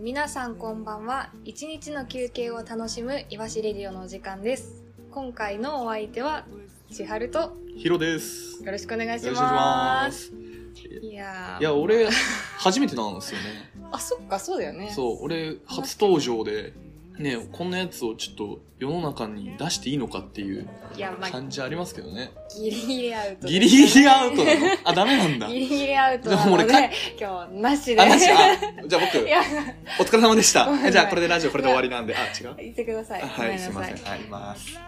皆さんこんばんは一日の休憩を楽しむいわしレディオのお時間です今回のお相手は千春とヒロです。よろしくお願いしよろしくお願まいしますす。いやーいや、俺、初めてなんですよね。 あそっかそうだよねそう、俺、初登場で、ね、こんなやつをちょっと世の中に出していいのかっていういやまあ感じありますけどね。ギリギリアウトだねギリギリアウトなのあ、ダメなん だ。ギリギリアウトなでもの俺でか今日なしであ、なし、あ、じゃ あいや僕、お疲れ様でしごめんごめた。んじゃあ、これでラジオこれで終わりなんで、あ、違う言ってくださいあごはめい、んすないまさせん。はい、います。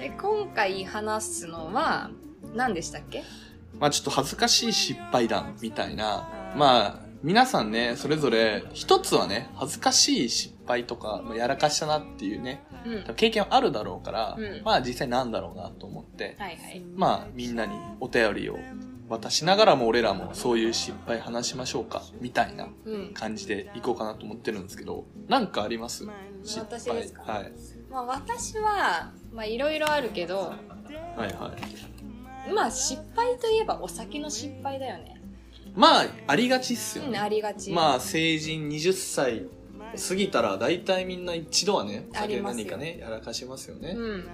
で今回話すのは何でしたっけまあちょっと恥ずかしい失敗談みたいな。まあ皆さんね、それぞれ、一つはね、恥ずかしい失敗とか、まあやらかしたなっていうね、うんは経験あるだろうから、うんまあ実際なんだろうなと思って、いはいまあみんなにお便りを渡しながらも俺らもそういう失敗話しましょうか、みたいなうん感じでいこうかなと思ってるんですけど、なんかあります失敗。私ですかはい。まあ私はまあいろいろあるけどはいはい。まあ失敗といえばお酒の失敗だよねまあ、ありがちっすようんね。ありがちまあ成人20歳過ぎたら大体みんな一度はねおあり酒ます何よかねやらかしますよね、うんうん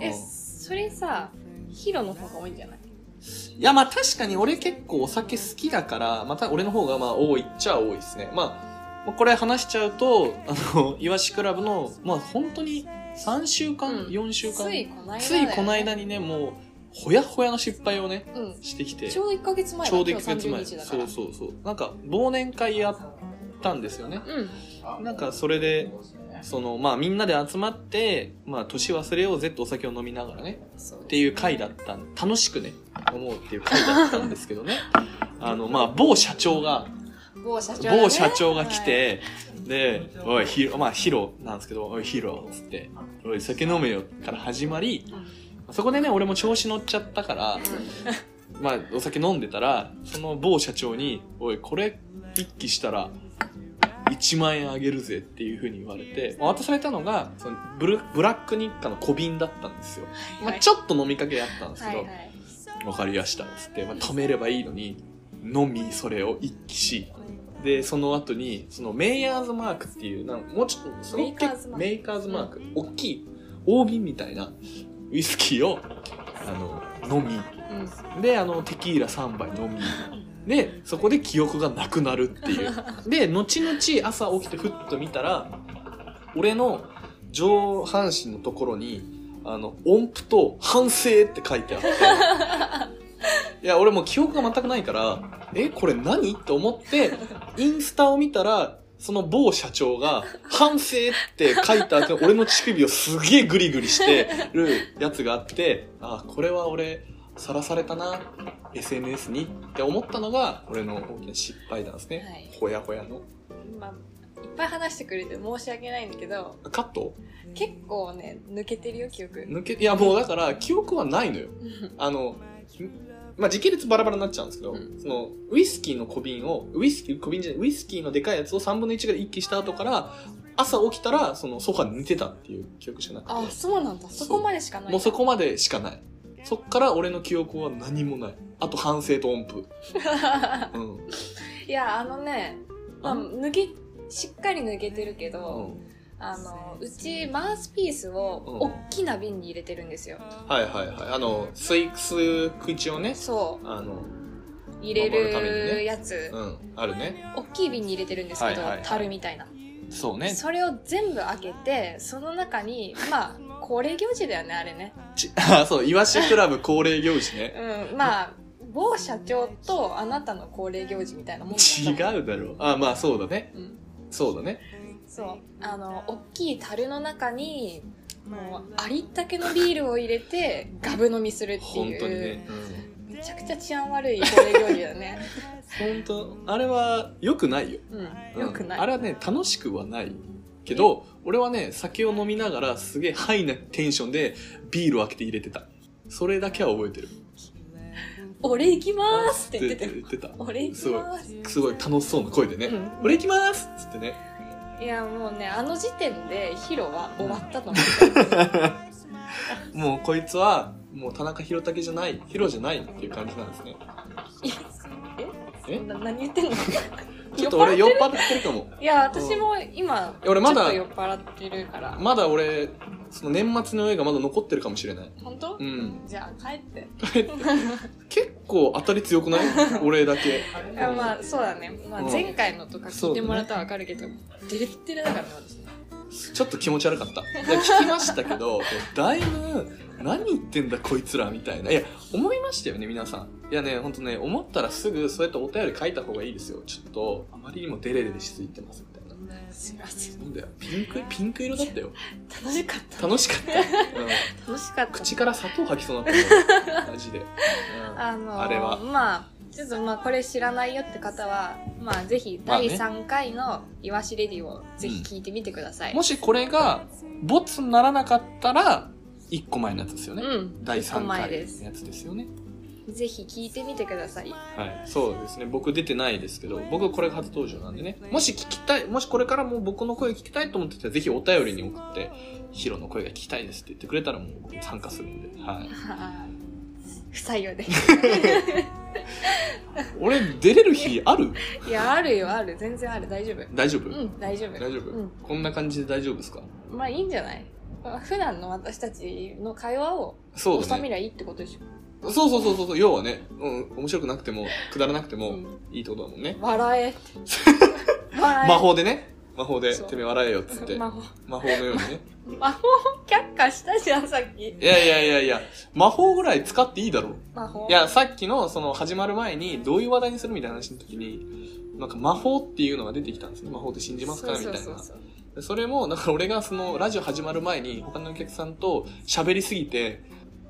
えそれさヒロの方が多いんじゃないいやまあ確かに俺結構お酒好きだからまた俺の方がまあ多いっちゃ多いですねまあまあこれ話しちゃうとあのいわしクラブのまあ本当に3週間、うん4週間ついこの間だよねついこの間にねもうほやほやの失敗をねうんしてきてちょうど1ヶ月前ちょうど1 1ヶ月前日だかそらうそうそうなんか忘年会やったんですよねうんなんかそれでそのまあみんなで集まってまあ年忘れようぜってお酒を飲みながらねそうっていう回だったん楽しくね思うっていう回だったんですけ どねあのまあ某社長が某社長だね某社長が来て、で「おいヒロ」まあヒロなんですけど「おいヒロ」っつって「おい酒飲めよ」から始まりそこでね俺も調子乗っちゃったからまあお酒飲んでたらその某社長に「おいこれ一気したら1万円あげるぜ」っていうふうに言われて、まあ渡されたのがそのブルブラック日課の小瓶だったんですよ、まあ、ちょっと飲みかけやったんですはけいど「はいわ、かりやした」っつって、まあ、止めればいいのに飲みそれを一気しでその後にそのメイヤーズマークっていうなんもうちょっとそのメイカーズマークメイカーズマーク大きい大瓶みたいなウイスキーをあの飲みうんであのテキーラ3杯飲みでそこで記憶がなくなるっていうで後々朝起きてふっと見たら俺の上半身のところにあの音符と「反省」って書いて あっていや俺もう記憶が全くないからえこれ何と思ってインスタを見たらその某社長が「反省」って書いた後俺の乳首をすげえグリグリしてるやつがあってあこれは俺さらされたな SNS にって思ったのが俺の大きな失敗なんですね、はいほやほやのまあいっぱい話してくれて申し訳ないんだけどカット結構ね抜けてるよ記憶抜けいやもうだから記憶はないのよあのんまあ時系列バラバラになっちゃうんですけど、うんそのウイスキーの小瓶をウイスキー小瓶じゃないウイスキーのでかいやつを3分の1ぐらい一気した後から朝起きたらそのソファーで寝てたっていう記憶しかなくてあそうなんだそこまでしかないもうそこまでしかないそっから俺の記憶は何もないあと反省と音 符うんいやあのね、まあ、あ抜けしっかり抜けてるけど、うんあのうちマウスピースをうん大きな瓶に入れてるんですよ、はいはいはいあのスイス口をねそあうの入れ守るためにるねやつ、うんあるね大きい瓶に入れてるんですけど、はいはいはい樽みたいな、そうねそれを全部開けてその中にまあ恒例行事だよねあれねちあ そうイワシクラブ恒例行事ねうんまあ某社長とあなたの恒例行事みたいなもんだ違うだろうあまあそうだねう、うん、そうだねそうあの大きい樽の中にもうありったけのビールを入れてガブ飲みするって本いう当にね、めちゃくちゃ治安悪いこれ料理だね、うん、本当あれは良くないよ、う、うんんよくない、あれはね楽しくはないけど俺はね酒を飲みながらすげえハイなテンションでビールを開けて入れてたそれだけは覚えてる俺行きますって言ってたよ言ってた俺行きますすごい楽しそうな声でねう「ん俺行きます!」っつってねいやもうねあの時点でヒロは終わったと思もうこいつはもう田中宏武じゃないヒロじゃないっていう感じなんですねうえな何言ってんの ちょっと俺酔っ払ってるかもいや私も今俺まだちょっと酔っ払ってるからまだ俺その年末の映画まだ残ってるかもしれない本当、うんじゃあ帰って結構当たり強 くない俺だけいやまあそうだね、まあ、うん前回のとか聞いてもらったらわかるけど、デレッデレだからね私ねちょっと気持ち悪かったいや聞きましたけど だいぶ何言ってんだこいつらみたいないや思いましたよね皆さんいやねほんとね思ったらすぐそうやってお便り書いた方がいいですよちょっとあまりにもデレデレしすぎてますみたいなすいませんなんだよ ピンクピンク色だったよ楽しかった楽しか った、うん楽しかった口から砂糖吐きそうになった よマジで、うんあのーあれはまあちょっとまあこれ知らないよって方はまあぜひまあね第3回の「イワシレディ」をぜひ聞いてみてください、もしこれがボツにならなかったら1個前のやつですよね、うん第3一個前回ですのやつですよねぜひ聞いてみてください はいそうですね僕出てないですけど僕これが初登場なんでねもし聞きたいもしこれからも僕の声聞きたいと思ってたらぜひお便りに送ってヒロの声が聞きたいですって言ってくれたらもう僕参加するんで、 はい、不採用で 俺出れる日あるいやあるよある全然ある大丈夫大丈夫、うん大丈夫大丈夫、うんこんな感じで大丈夫ですかまあいいんじゃないまあ普段の私たちの会話をそう収だめねりゃいいってことでしょそうそうそうそう要はね、うん、面白くなくてもくだらなくてもうんいいってことだもんね、笑えって 笑え魔法でね魔法でそうてめえ笑えよっつっ て魔法魔法のようにね魔法却下したじゃんさっきいやいやいやいや魔法ぐらい使っていいだろ魔法いやさっきのその始まる前にどういう話題にするみたいな話の時になんか魔法っていうのが出てきたんですね魔法って信じますかみたいなそうそうそうそうでそれもだから俺がそのラジオ始まる前に他のお客さんと喋りすぎて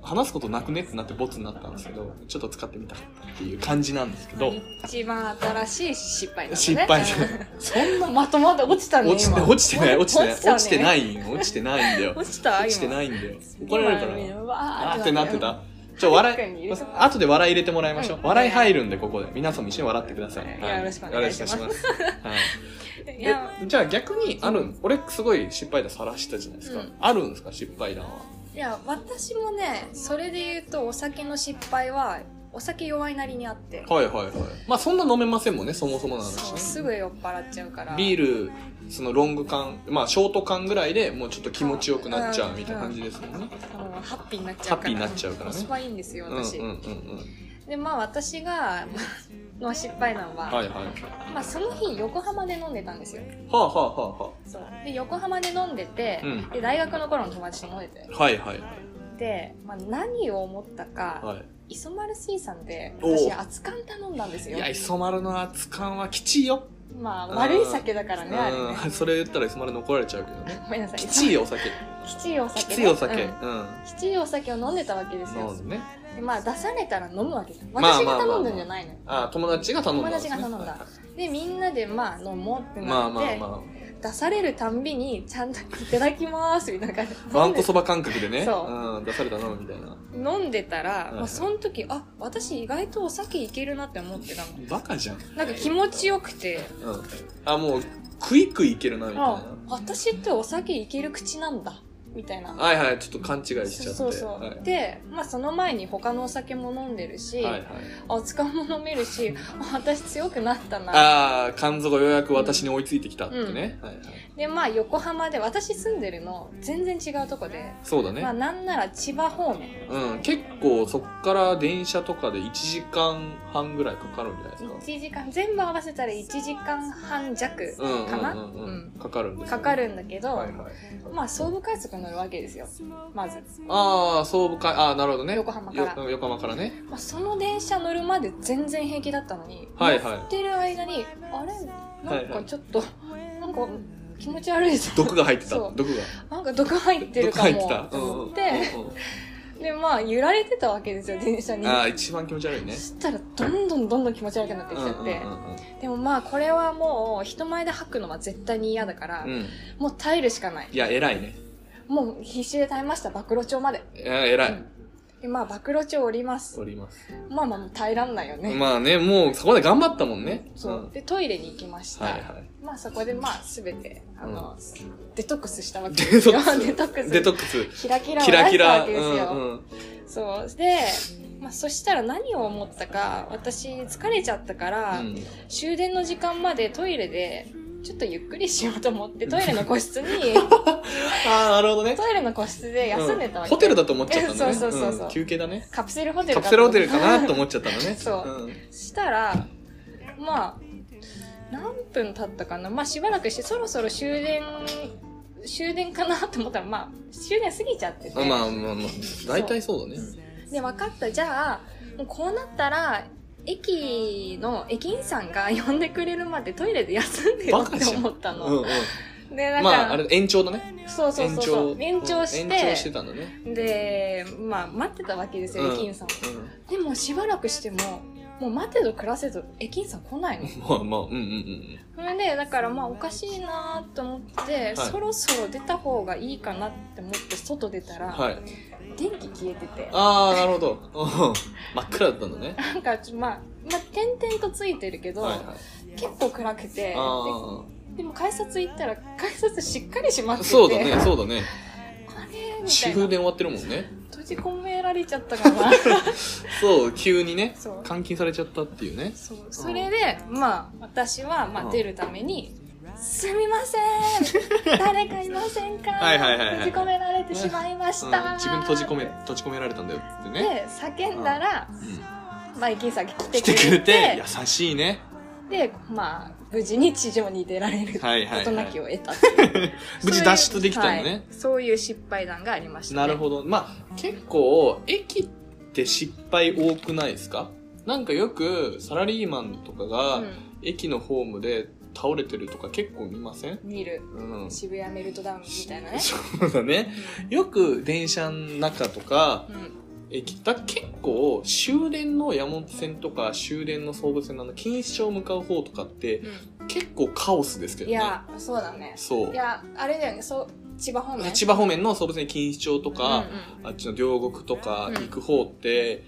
話すことなくねってなってボツになったんですけどちょっと使ってみたっていう感じなんですけど一番新しい失敗なのね失 敗じゃないそんなまとまって落ちたね落ちて落ちてない落ちてない落ちてないいんよ落ちてないんだよ落ちた落ちてないいんだよ怒られるからわあーってなってたちょ確か笑にい入れてもらう後で笑い入れてもらいましょう、うん笑い入るんでここで皆さんも一緒に笑ってください、はいはよろしくお願いしますよろくお願いしますはいいやえじゃあ逆にある、俺すごい失敗談さらしたじゃないですか、うんあるんですか失敗談はいや私もねそれで言うとお酒の失敗はお酒弱いなりにあってはいはいはいまあそんな飲めませんもんねそもそもの話そうねすぐ酔っ払っちゃうからビーールそのロング缶まあショート缶ぐらいでもうちょっと気持ちよくなっちゃうみたいな感じですもんね、ルハッピーになっちゃうからハッピーになっちゃうからねコスパいいんですようんうんうん私、でまあ私がの失敗談は、うんはいはいはまあ、その日横浜で飲んでたんですよあはあはあはそうで横浜で飲んでて、うんで大学の頃の友達と飲んでてあはいはいで、まあ、何を思ったか、はい磯丸水産でおう私熱燗頼んだんですいよや磯丸の熱燗はきちいよまあ悪い酒だからねあれねうん、 それ言ったらいつまで残られちゃうけど ね。ごめんなさいきちい お酒。きちいおき酒ねちいお酒。ううんん。きちいお酒を飲んでたわけですなよのでね。でまあ出されたら飲むわけじゃんまあ私まがあまあ頼んだんじゃないのよ、あ、友達が頼んだんですね。友達が頼んだはいでみんなでまあ飲もうってまなっあて、まあま出されるたんびにちゃんと「いただきます」みたいな感じで飲んあ。でわんこそば感覚でね。そううん。出されたのみたいな。飲んでたら、いまあ、その時あ私意外とお酒いけるなって思ってたのバカじゃん。なんか気持ちよくてうん。あ、もう、クイクイいけるな、みたいあな。私ってお酒いける口なんだみたいなはいはい、ちょっと勘違いしちゃそうって。そうそう、はいで、まあ、その前に他のお酒も飲んでるし、はいはい。おつかも飲めるし あ私強くなったなああ、肝臓がようやく私に追いついてきたってね。はいはい。でまあ横浜で私住んでるの全然違うとこで、そうだまあね。なんなら千葉方面うん。結構、そっから電車とかで1時間半ぐらいかかるんじゃないですか。 1時間全部合わせたら1時間半弱かな、うんうんうんうんうかかるんですよねかかるんだけど、はいはいまあ総武快速乗るわけですよまず、ああ総武会ああなるほどね横浜からよ横浜からねまあ、その電車乗るまで全然平気だったのに、はいはい乗ってる間にあれなんかちょっと、なんか気持ち悪いぞ毒が入ってたそう毒がなんか毒入ってる毒かも入ってたと思って、うんうんうんでまあ揺られてたわけですよ電車にああ一番気持ち悪いねそしたらどんどんどんどん気持ち悪くなってきちゃって、うんうんうんでもまあこれはもう人前で吐くのは絶対に嫌だから、うん、うんもう耐えるしかないいや偉いねもう必死で耐えました暴露帳まで、いや偉い、でまあ暴露帳降りますおりますまあまあもう耐えらんないよね、まあねもうそこで頑張ったもんねそうでトイレに行きましん、た、はいはいまあそこでまあ全てあの、デトックスしたわけでデすトよックデストックスデトックスキラキラをキラ出しキたラわけですよ、うんうんそうでまあ、そしたら何を思ったか私疲れちゃったから、うん終電の時間までトイレでちょっとゆっくりしようと思ってトイレの個室に ああなるほどねトイレの個室で休んでたわうんけ、ホテルだと思っちゃったんだね そうそうそうそうん休憩だねカプセルホテルカだプセルホテルかなと思っちゃったんだ ねそうしたらまあ何分経ったかなまあしばらくしてそろそろ終電終電かなと思ったらまあ終電過ぎちゃってて、うん、まあまあまあ大体そうだねで分かったじゃあもうこうなったら駅の駅員さんが呼んでくれるまでトイレで休んでよバカってじゃん思ったうんの、うんでなんか、まああれ延長だねそうそうそうそう延長しうんて延長してたんだねでまあ待ってたわけですよ、うん駅員さんでもしばらくしてももう待てど暮らせど駅員さん来ないのうんまあまあうんうんうんそれでだからまあおかしいなと思って、そろそろ出た方がいいかなって思って外出たら、はい電気消えててああなるほどうん真っ暗だったんだねなんかちょまあまあ点々とついてるけど、はいはい結構暗くてであでも改札行ったら改札しっかり閉まっあててそうだねそうだねあれみたいな終電終わってるもんね閉じ込められちゃったか なそう急にねそう監禁されちゃったっていうねそうそれでまあ私は、まうんあ、出るために「すみませ ん誰かいませんかはいはいはいはい閉じ込められてしまいました、うん自分閉じ込め閉じ込められたんだよってね、で叫んだら、うん、まあ、駅員さんが来て来くれててくれて優しいねでまあ無事に地上に出られるはいはいはい事なきを得たっていう 無事脱出できたそうのね、いうはいそういう失敗談がありました、ね、なるほどまあ結構駅って失敗多くないですかなんかよくサラリーマンとかがうん駅のホームで倒れてるとか結構見ません見るうん渋谷メルトダウンみたいなね そうだねよく電車の中とかうん駅だ結構終電の山手線とか終電の総武線のあの錦糸町向かう方とかってう結構カオスですけんどいねやそうだねそういやあれだよねそう千葉方面千葉方面の総武線錦糸町とか、うんうんあっちの両国とかうん行く方って、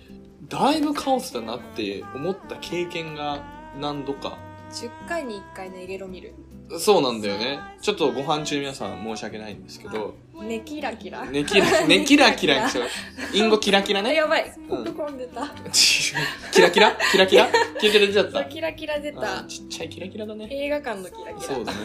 だいぶカオスだなって思った経験が何度か10回に1回のエゲロ見るそうなんだよねちょっとご飯中皆さん申し訳ないんですけどねキラキラ、ねキラねキラキラにしようインゴキラキラあねやばいんポップコーン出た、キラキラキラキラキラキラ出ちゃっそうたキラキラ出あたちっちゃいキラキラだね映画館のキラキラそうだね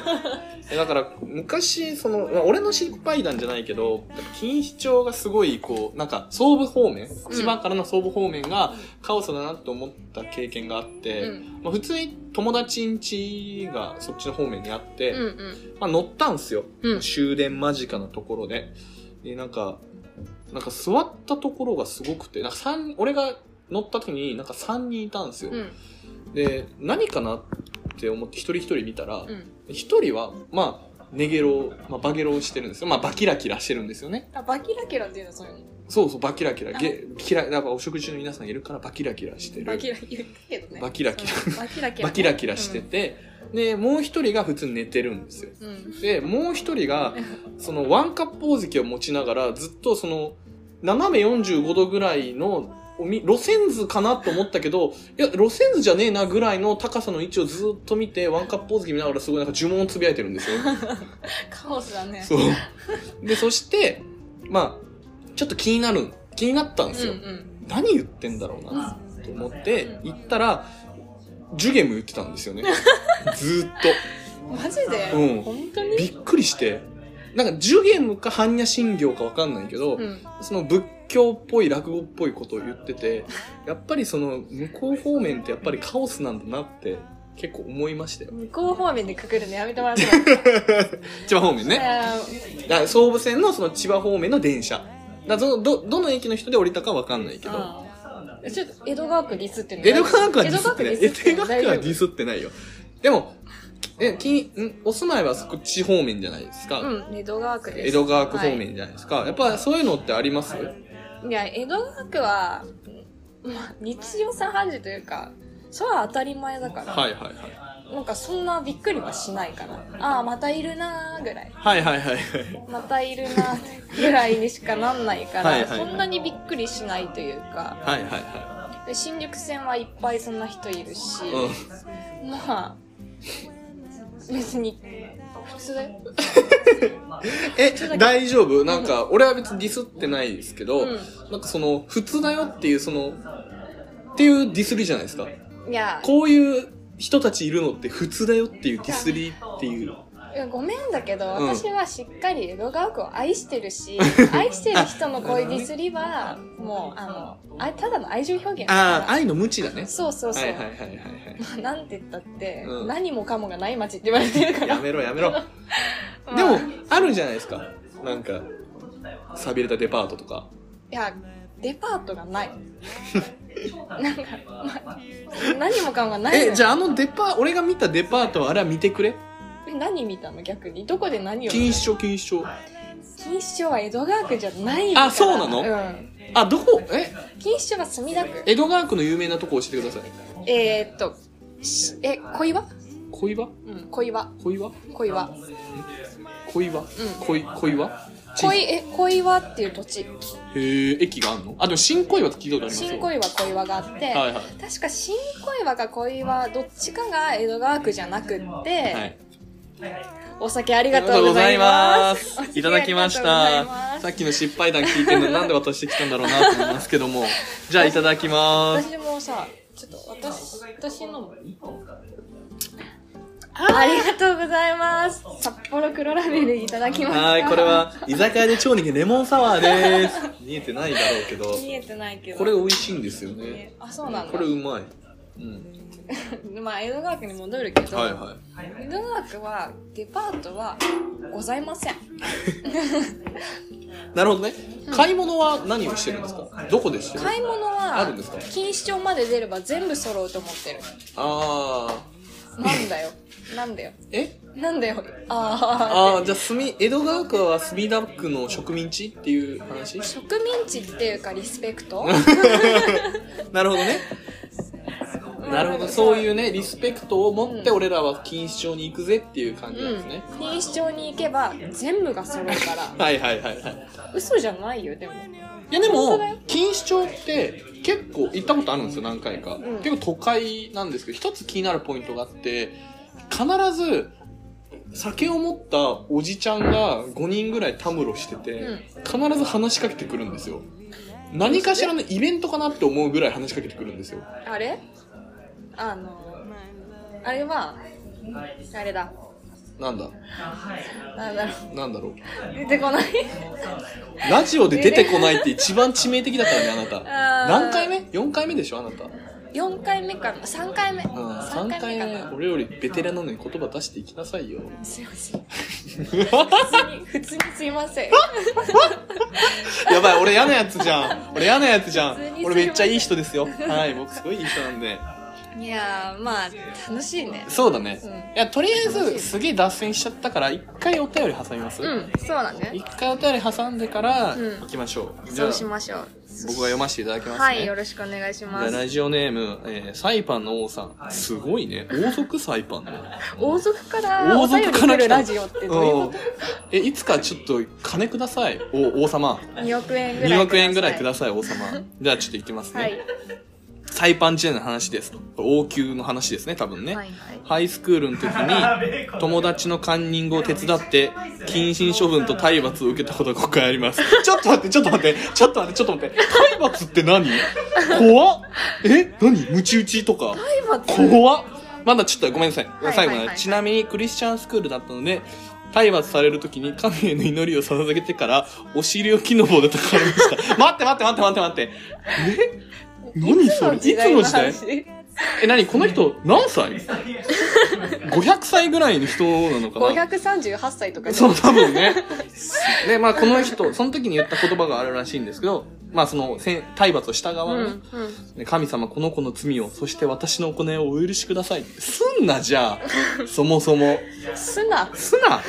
えだから昔その、まあ俺の失敗談じゃないけど錦糸町がすごいこうなんか総武方面ん千葉からの総武方面がカオスだなと思った経験があって、うんまあ、普通に友達ん家がそっちの方面にあって、うんうんまあ、乗ったんすよ、うん終電間近のところででなんかなんか座ったところがすごくてなんか三俺が乗った時になんか3人いたんですよ、うんで何かなって思って一人一人見たら、うん一人はまあネゲロ、まあ、バゲロをしてるんですよまあバキラキラしてるんですよねあバキラキラっていうのそういうそうそうバキラキラゲキラだからお食事の皆さんいるからバキラキラしてのるバキラキラけどねバキラキラそうバキラキラ バキラキラしてて、でもう一人が普通に寝てるんですようん、うんでもう一人 がそのワンカップ大関を持ちながらずっとその斜め45度ぐらいのおみ路線図かなと思ったけどいや路線図じゃねえなぐらいの高さの位置をずっと見てワンカップ大関見ながらすごいなんか呪文をつぶやいてるんですよカオスだねそう。で、そして、まあ、ちょっと気になる、気になったんですうんよ。うん何言ってんだろうな、と思って、行ったら、ジュゲム言ってたんで すよね。ずーっマジで、うん本当と。びにっくりして。なんか、ジュゲムか般若心経かわかんないけど、うんその仏教っぽい落語っぽいことを言ってて、やっぱりその、向こう方面ってやっぱりカオスなんだなって、結構思いましたよ。向こう方面でくくるのやめてもら っても千葉方面ね。らってだから総武線のその千葉方面の電車だからどどどの駅の人で降りたかわかんないけどあーちょっと江戸川区ディスって江戸川区はディスってない江戸川区はデディィススってないよでもえきんお住まいはそこっち方面じゃないですか、うん江戸川区です江戸川区方面じゃないですか、やっぱそういうのってあります、はい、いや江戸川区は、まあ、日常茶飯事というかそれは当たり前だから、はいはいはいなんかそんなびっくりはしないかなああまたいるなーぐらいはいはいはいまたいるなーぐらいにしかなんないからはいはいそんなにびっくりしないというかはいはいはで新宿線はいっぱいそんな人いるし、いうんまあ別に普通だよえちょっとだけ大丈夫なんか俺は別にディスってないですけど、うんなんかその普通だよっていうそのっていうディスりじゃないですかいやこういう人たちいるのって普通だよっていうディスりっていういやごめんだけど、うん私はしっかり江戸川区を愛してる し愛してる人のこういうディスりはもうあのあただの愛情表現だああか愛の無知だねらそうそうそう、はいはいはいはいはいまあなんて言ったって、うん何もかもがない街って言われてるからやめろやめろまあでもいあるじゃないですかなんか寂れたデパートとかやデパートがないなんか、まあ、何もかもがないのよえじゃああのデパ俺が見たデパートはあれは見てくれえ何見たの逆にどこで何を錦糸町錦糸町錦糸町は江戸川区じゃないあそうなのんあどこえ錦糸町は墨田区江戸川区の有名なとこ教えてくださいえー、っとしえ小岩小岩うん小岩小岩小岩小岩、うん、小い小岩地小いえ小岩っていう土地へえ駅があんのあでも新小岩って聞いたことありますよ新小岩小岩があって、はいはい確か新小岩か小岩どっちかが江戸川区じゃなくって、はいお酒ありがあとうございますりがとうございますいただきまおし酒ありがとうございたますさっきの失敗談聞いてるのなんで渡してきたんだろうなと思いますけども じゃあいただきます私もさちょっと私私のもありがとうございます札幌黒ラベルいただきましたはいこれは居酒屋で超人気レモンサワーです見えてないだろうけど見えてないけどこれ美味しいんですよねあそうなんだこれうまいうんまあ江戸川区に戻るけど、はいは江戸川区はデパートはございませんいなるほどね買い物は何をしてるんですかどこでしてる買い物あはるんですか錦糸町まで出れば全部揃うと思 ってるああなんだよなんだよえなんだよああああじゃあ墨江戸川区は墨田区の植民地っていう話 植民地っていうかリスペクトなるほどねなるほどそういうねリスペクトを持ってうん俺らは錦糸町に行くぜっていう感じなんですね、うん、錦糸町に行けば全部が揃うかはいはいはいはいら嘘じゃないよでもいやで本当もだよ錦糸町って結構行ったことあるんですよ何回か、ん結構都会なんですけど一つ気になるポイントがあって必ず酒を持ったおじちゃんが5人ぐらいたむろしてて、うん必ず話しかけてくるんですよ何かしらのイベントかなって思うぐらい話しかけてくるんですよあれあのあれはあれだなんだなんだろなんだろうう出てこないラジオで出てこないって一番致命的だからね、あ なた。あー何回目 ?4 回目でしょ、あなた。う4回目かな3回目ん、 3 3回回目か目な。俺よりベテランなのに言葉出していきなさい よ。すいません普通に普通にすいませんやばい、俺嫌なやつじゃん。俺嫌なやつじゃん普通にすいませ。ん俺めっちゃいい人ですよ。はい、僕すごいいい人なんで。いやーまあ楽しいねそうだね。うんいや、とりあえず、すげえ脱線しちゃったから、一回お便り挟みます。うんそうだね一回お便り挟んでから、うん行きましょう。じゃそあう、しましょう僕が読ませていただきますね。はいよろしくお願いしまじゃあすラジオネーム、えーサイパンの王さん。すごいね。王族サイパンね。王族から王お便り族来から来るたラジオってどういうこうんえいつかちょっと金くださいお王様と2億円ぐらい2億円ぐらいくさださい王様じゃあちょっといきますね、はいサイパン時代の話ですと王宮の話ですね多分ね、はいはいハイスクールの時に友達のカンニングを手伝って謹慎処分と体罰を受けたことが5回ありますちょっと待ってちょっと待ってちょっと待ってちょっと待って体罰って何怖っえ何ムチ打ちとか体罰怖っまだちょっとごめんなさい、い最後まはいではいちなみにクリスチャンスクールだったので体罰される時に神への祈りを捧げてからお尻を木の棒で叩かれました待って待って待って待って待ってえ何それいつの時代代え何この人何歳 ?500 歳ぐらいの人なのかな538歳とかでそう、多分ね。で、まあ、この人、その時に言った言葉があるらしいんですけど、まあ、その、せん体罰をした側うのんね、ね神様、この子の罪を、そして私の行いをお許しください。すんな、じ ゃあ。そもそも。うん素直すな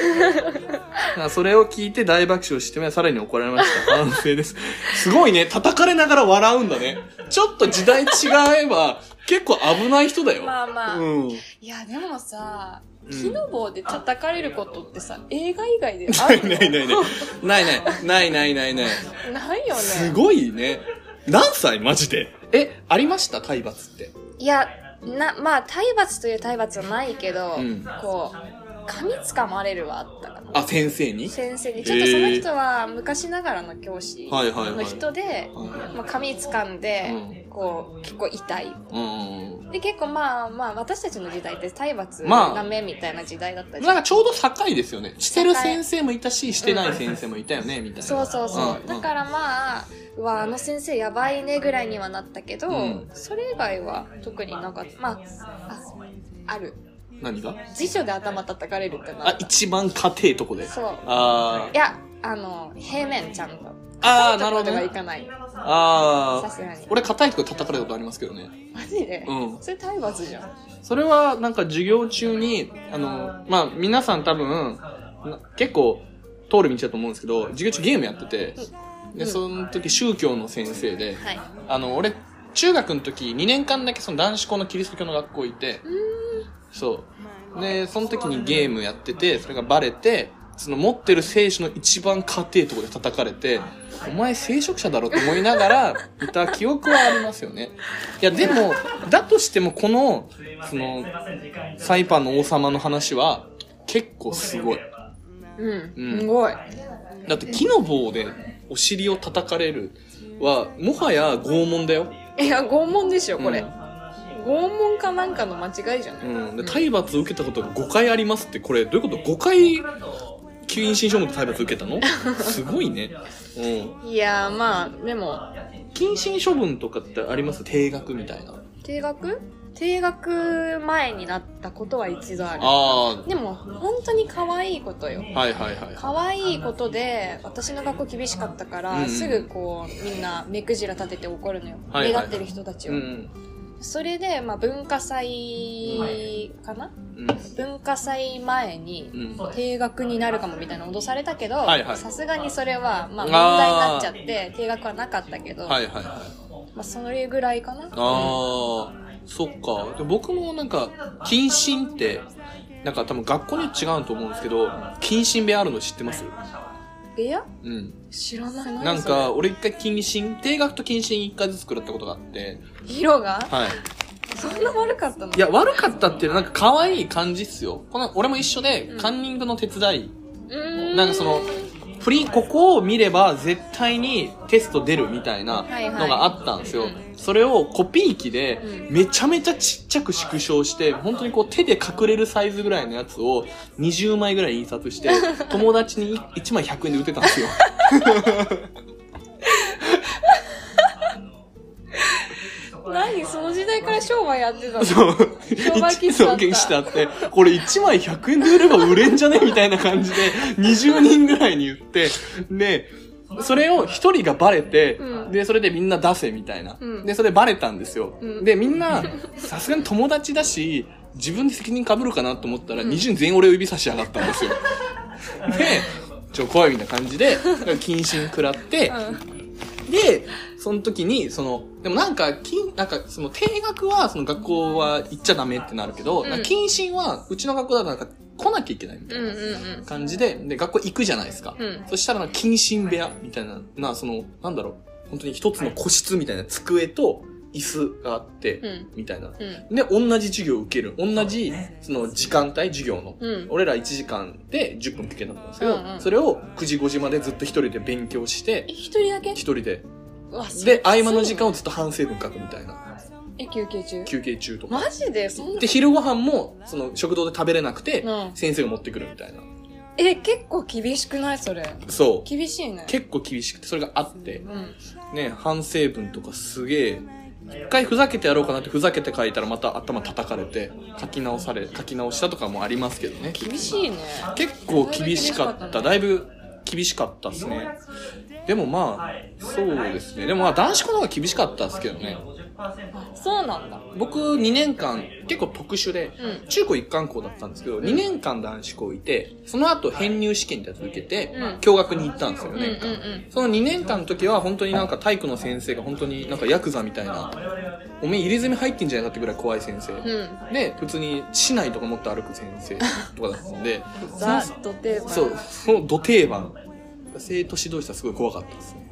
まあそれを聞いて大爆笑して、さらに怒られました。反省です。すごいね。叩かれながら笑うんだね。ちょっと時代違えば、結構危ない人だよ。まあまあうん。いやでもさうん木の棒で叩かれることってさ映画以外であないるのないないない。ないない。ないないないない。ないよねすごいね。何歳マジで。え、ありました体罰って。いやなまあ体罰という体罰はないけど、うんこう噛みつかまれるはあったかなあ先生に先生にちょっとその人は昔ながらの教師はいはいはのい人で、はまあ、髪掴んで、うこう結構痛いいうんうんで結構まあまあ私たちの時代って体罰まあダメみたいな時代だったじゃん、なんかちょうど境ですよねしてる先生もいたししてない先生もいたよねみたいなそうそうそう、んだからまあうわあの先生やばいねぐらいにはなったけど、うんそれ以外は特になんかまああある何が辞書で頭叩かれるってなあった一番硬いとこでそうあいやあの平面ちゃんとああーなるほとどこでねはいかないあさあすがに俺硬いとこ叩かれたことありますけどねマジで、うんそれ体罰じゃんそれはなんか授業中にあのまあ皆さん多分な結構通る道だと思うんですけど授業中ゲームやっててでその時宗教の先生ではいあの俺中学の時2年間だけその男子校のキリスト教の学校いてそうでその時にゲームやっててそれがバレてその持ってる聖書の一番硬いところで叩かれてお前聖職者だろと思いながらいた記憶はありますよねいやでもだとしてもこのそのサイパンの王様の話は結構すごいうん、うんすごいだって木の棒でお尻を叩かれるはもはや拷問だよいや拷問でしょこれ、うん拷問かなんかの間違いじゃない、うん、で体罰を受けたことが5回ありますってこれどういうこと ?5 回吸引心症持って体罰受け たのすごいね。うん。いやーまあでも謹慎処分とかってあります定額みたいな。定額定額前になったことは一度あるあでも本当に可愛いことよあ、はいはいはい。可愛いことで私の学校厳しかったから、うんうんすぐこうみんな目くじら立てて怒るのよ、はいはい目立ってる人たちを、うん。それで、まあ、文化祭かな、うん。文化祭前にうん。定額になるかもみたいな脅されたけどはいはいさすがにそれは、まあ、あー問題になっちゃって定額はなかったけど、はいはいはい。あまあ、それぐらいかなあ、そっか。で僕もなんか、謹慎って、なんか多分学校によって違うと思うんですけど、謹慎部屋あるの知ってますいやうん。知らない何なんそれか、俺一回謹慎、定額と謹慎一回ずつ食らったことがあって、色がはい。そんな悪かったのいや、悪かったっていうのはなんか可愛い感じっすよ。この、俺も一緒でう、んカンニングの手伝い。うーんなんかその、プリ、ここを見れば絶対にテスト出るみたいなはいはいのがあったんですようん。それをコピー機でう、めちゃめちゃちっちゃく縮小して、本当にこう手で隠れるサイズぐらいのやつを20枚ぐらい印 刷して、友達に1枚100円で売ってたんですよ。何その時代から商売やってたのそう。商売機種だった一機種だって、これ1枚100円で売れば売れんじゃねみたいな感じで、20人ぐらいに言って、で、それを1人がバレて、うんで、それでみんな出せみたいな。うんで、それバレたんですよ。うんで、みんな、さすがに友達だし、自分で責任被るかなと思ったら、うん20人全員俺を指差し上がったんですよ。で、ちょ、怖いみたいな感じで、謹慎食らって、うで、その時に、その、でもなんか、金、なんか、その、定額は、その学校は行っちゃダメってなるけど、うんなんか謹慎は、うちの学校だとなんか、来なきゃいけないみたいんうんうなん感じで、で、学校行くじゃないですか。うんそしたら、なんか謹慎部屋みたいな、な、その、なんだろう、本当に一つの個室みたいな机と、椅子があって、うんみたいな。うんで、同じ授業を受ける。同じ、その、時間帯、授業の。うん俺ら1時間で10分休憩だったんですけど、うんうんそれを9時5時までずっと一人で勉強してえ、一人だけ一人でうわそで、合間の時間をずっと反省文書くみたいな。え休憩中休憩中とか。マジでそんなで、昼ご飯も、その、食堂で食べれなくてう、ん先生が持ってくるみたいな。え結構厳しくないそれそう。厳しいね結構厳しくて、それがあって、うんね、反省文とかすげえ、一回ふざけてやろうかなってふざけて書いたらまた頭叩かれて、書き直され、書き直したとかもありますけどね。厳しいね結構厳しかった。だいぶ厳しかったですね。でもまあ、そうですね。でもまあ男子校の方が厳しかったですけどね。そうなんだ僕2年間結構特殊で、うん中高一貫校だったんですけど、2年間男子校いてその後編入試験ってやつ受けて、うん共学に行ったんですようんうんね、うんその2年間の時は本当になんか体育の先生が本当になんかヤクザみたいなおめえ入れ墨入ってんじゃないかってぐらい怖い先生、うんで普通に市内とか持って歩く先生とかだったんでザ・ドテーマそうそのど定番生徒指導室はすごい怖かったですね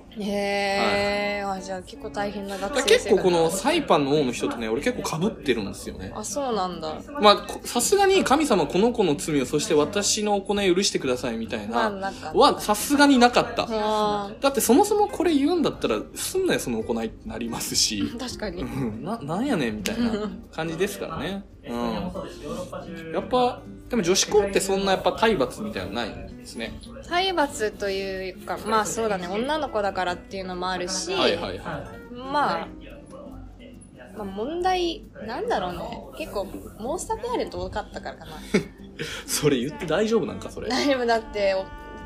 へえ、あじゃあ結構大変な学生結生活構このサイパンの王の人とね、俺結構被ってるんですよね。あそうなんだまあこ、さすがに神様この子の罪を、そして私の行いを許してくださいみたいまあな、なんかはさすがになかった。あだってそもそもこれ言うんだったら、すんなよその行いってなりますし。ー確かにうんななんやねんみたいな感じですからね、うん、やっぱでも女子校ってそんなやっぱ体罰みたいなのないんですね体罰というかまあそうだね女の子だからっていうのもあるし、はいはいはまあまあ問題なんだろうね結構モンスターペアレント多かったから かないそれ言って大丈夫なんかそれ 誰もだって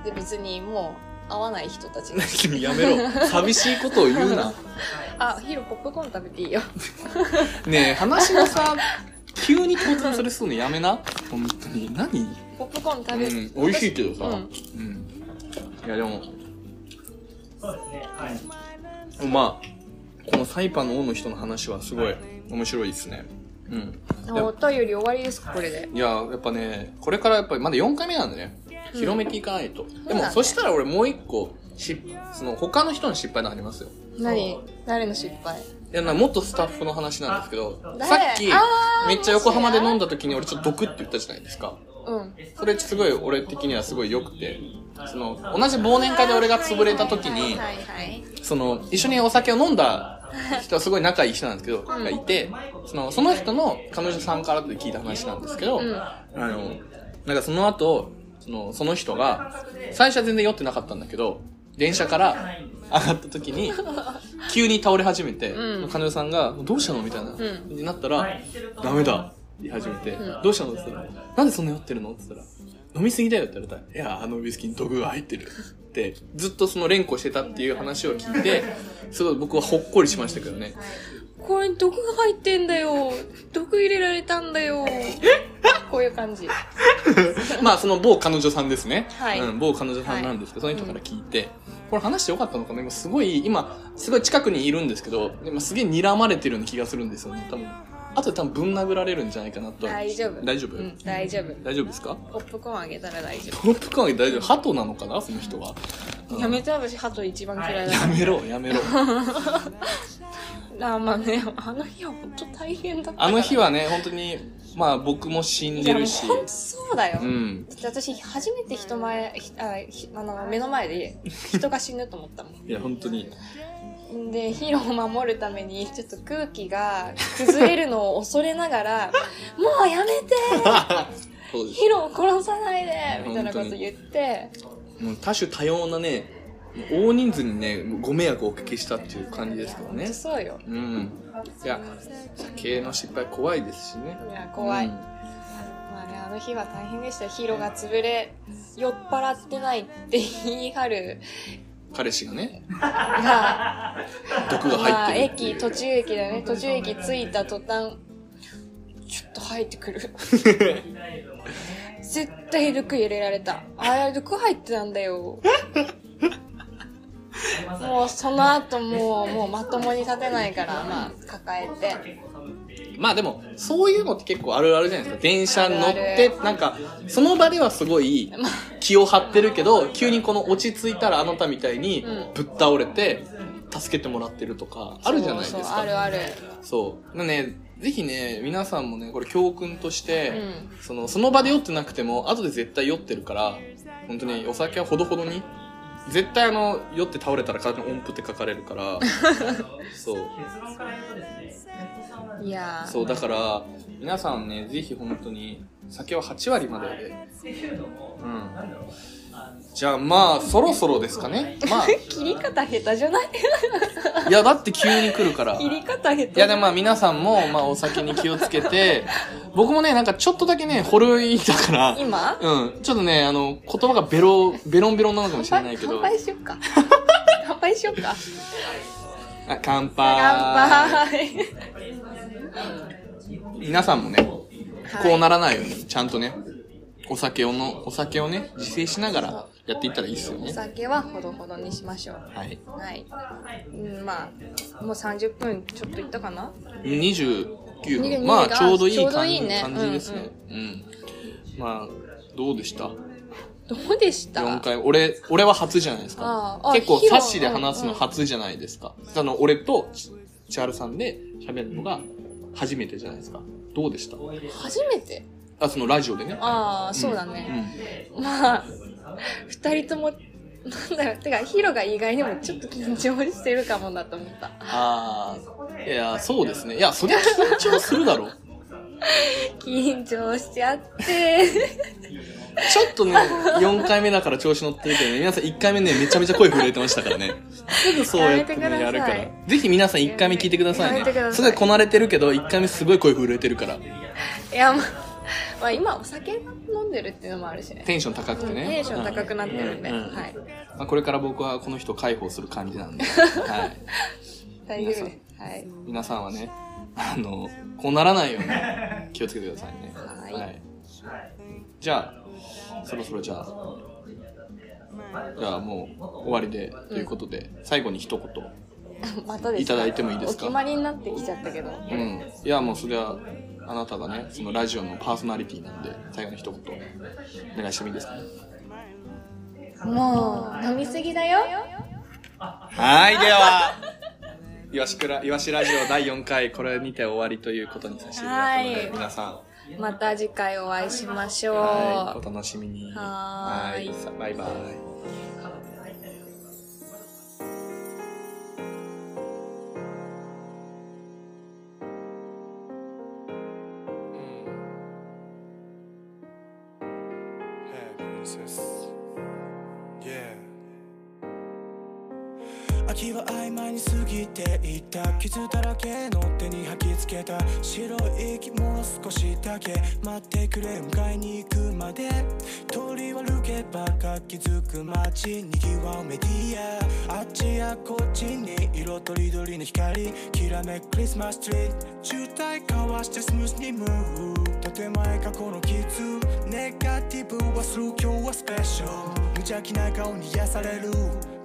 で別にもう会わない人たちが君やめろ寂しいことを言うなあヒロポップコーン食べていいよねえ話のさ急に突然それするのやめな本当に何 ポップコーン食うべ、ん美味しいけどさううんん、いやでもまあこのサイパンの王の人の話はすごい面白いですねうんお便り終わりですかこれでいや、やっぱね、これからやっぱりまだ4回目なんでね、広めていかないと。でそうだも、ねそしたら俺もう一個、し、その他の人の失敗のありますよ。何誰の失敗いや、な元スタッフの話なんですけど、誰さっきあー、めっちゃ横浜で飲んだ時に俺ちょっと毒って言ったじゃないですか。うんそれすごい俺的にはすごい良くて、その、同じ忘年会で俺が潰れた時に、はいはいはいその、一緒にお酒を飲んだ人はすごい仲いい人なんですけど、がいて、その、その人の彼女さんからって聞いた話なんですけど、うんあの、なんかその後、その、その人が、最初は全然酔ってなかったんだけど、電車から上がった 時に、急に倒れ始めて、うん彼女さんが、どうしたのみたいな、んになったら、ダメだって言い始めて、うんどうしたのって言ったら、なんでそんな酔ってるのって言ったら、飲みすぎだよって言われたら、いや、あのウイスキーに毒が入ってるって、ずっとその連呼してたっていう話を聞いて、すごい僕はほっこりしましたけどね。これ毒が入ってんだよ毒入れられたんだよこういう感じまあその某彼女さんですね、はいうん、某彼女さんなんですけど、その人から聞いて、これ話してよかったのかな今すごい今すごい近くにいるんですけど今すげえ睨まれてるような気がするんですよね多分あとで多分ぶん殴られるんじゃないかなと大丈夫大丈夫、うん大丈夫大丈夫ですかポップコーンあげたら大丈ポップコーンあげて大丈夫ハトなのかなその人は、う夫んやめて私ハト一番嫌いだやめろ やめろあまあねあの日は本当大変だったからあの日はね本当にまあ僕も死んいでやもうるし本当そうだよ、うんだって私初めて人前ひあひあの目の前で人が死ぬと思ったもんいや本当にでヒーローを守るためにちょっと空気が崩れるのを恐れなが ら「もうやめてそうですヒーローを殺さないで!」みたいなこと言ってもう多種多様なね大人数にねご迷惑をおかけしたっていう感じですからねそうようんいや酒の失敗怖いですしねいや怖い、うんまあねあの日は大変でしたよヒーローが潰れ酔っ払ってないって言い張る彼氏がねが、毒がまあ、入ってるってい駅う途中駅だよね途中駅着いた途端ちょっと入ってくる絶対毒入れられたあれ毒入ってたんだよもうその後もうもうまともに立てないからまあ抱えてまあでもそういうのって結構あるあるじゃないですか電車に乗ってなんかその場ではすごい気を張ってるけど急にこの落ち着いたらあなたみたいにうんぶっ倒れて助けてもらってるとかあるじゃないですそかうそうあるあるそう。ね、ぜひね、皆さんもね、これ教訓として、うその、その場で酔ってなくても、後で絶対酔ってるから、本当にお酒はほどほどに。絶対あの、酔って倒れたら体に音符って書かれ るから、そう。いやーそう、だから、皆さんね、ぜひ本当に、酒は8割までで。うん。じゃあまあ、そろそろですかね。ま 切り方下手じゃないあ、いや、だって急に来るから。切り方下手いやでもまあ皆さんもまあお酒に気をつけて、僕もね、なんかちょっとだけね、ほろ酔いだから、今うん、ちょっとね、あの、言葉がベロ、ベロンベロンなのかもしれないけど、乾杯しよっ か乾杯しよっかあ乾杯乾杯皆さんもね、こうはならないように、ちゃんとね、お酒をの、お酒をね、自制しながらやっていったらいいですよいおね。酒はほどほどにしましょうはい。はい、うん、まあもう30分ちょっといったかな29 29分。まあちょうどいいちょうど感いじいね感じですね。うん。まあ、どうでしたどうでした4回俺俺は初じゃないですかあああ結構ヒロサッシで話すの初じゃないですか、あの俺とち千春さんで喋るのが初めてじゃないですかどうでしたうんうん初めてあそのラジオでねああそうだうね、んまあ2人ともなんだろうてかヒロが意外にもちょっと緊張してるかもなと思ったああいやそうですねいやそりゃ緊張するだろう緊張しちゃって ちょっとね4回目だから調子乗ってるけどね皆さん1回目ねめちゃめちゃ声震えてましたからねすぐそうやってねやめてくださいやるからぜひ皆さん1回目聞いてくださいやめてくださねいすごいこなれてるけど1回目すごい声震えてるからいやまあ、まあ、今お酒飲んでるっていうのもあるしねテンション高くうてんねテンション高くなってるんで、うんうんはいまあ、これから僕はこの人を解放する感じ なんで、はい、大丈夫ですはい皆さんはねあのこうならないように気をつけてくださいねはいじゃあそろそろじゃあじゃあもう終わりでということで、最後に一言、またですいただいてもいいですかお決まりになってきちゃったけどうん、いやもうそれはあなたがねそのラジオのパーソナリティなんで最後に一言お願いしてもいいですかねもう飲みすぎだよはい、では。いわしくら、いわしラジオ第4回、これにて終わりということにさせていただくので、はい皆さまた次回お会いしましょん、うはい、お楽しみに。はーいさバイバイ。 Hey, princess. Yeah. 秋は曖昧に過ぎていた傷だらけの手に吐きつけた白い息もう少しだけ待ってくれ迎えに行くまで通り歩けば活気づく街にぎわうメディアあっちやこっちに色とりどりの光きらめくクリスマスツリー渋滞かわしてスムースにムーブ建前過去の傷ネガティブはする今日はスペシャル無邪気な顔に癒される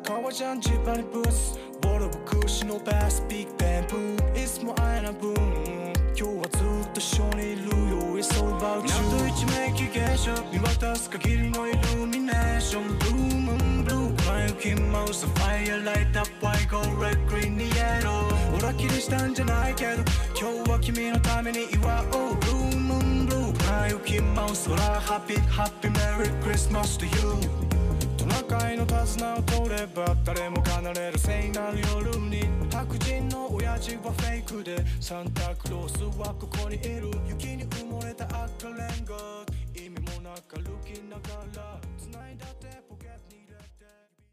革ジャンジーパンにブースボロブ屈指のバスビッグベンブーいつも会えない分今日はずっと一緒にいるよ It's all about you 何度一面機嫌者見渡す限りのイルミネーションブームンブルー前行きマウスファイアライトアップワイゴーレッグリーンにイエロー俺は気にしたんじゃないけど今日は君のために祝おうブームンブルー前行きマウス空ハッピーハッピーメリークリスマス to you トナカイの手綱を取れば誰もがなれる聖なる夜に白人の親父はフェイクでサンタクロースはここにいる雪に埋もれた赤レンガ意味もなか歩きながら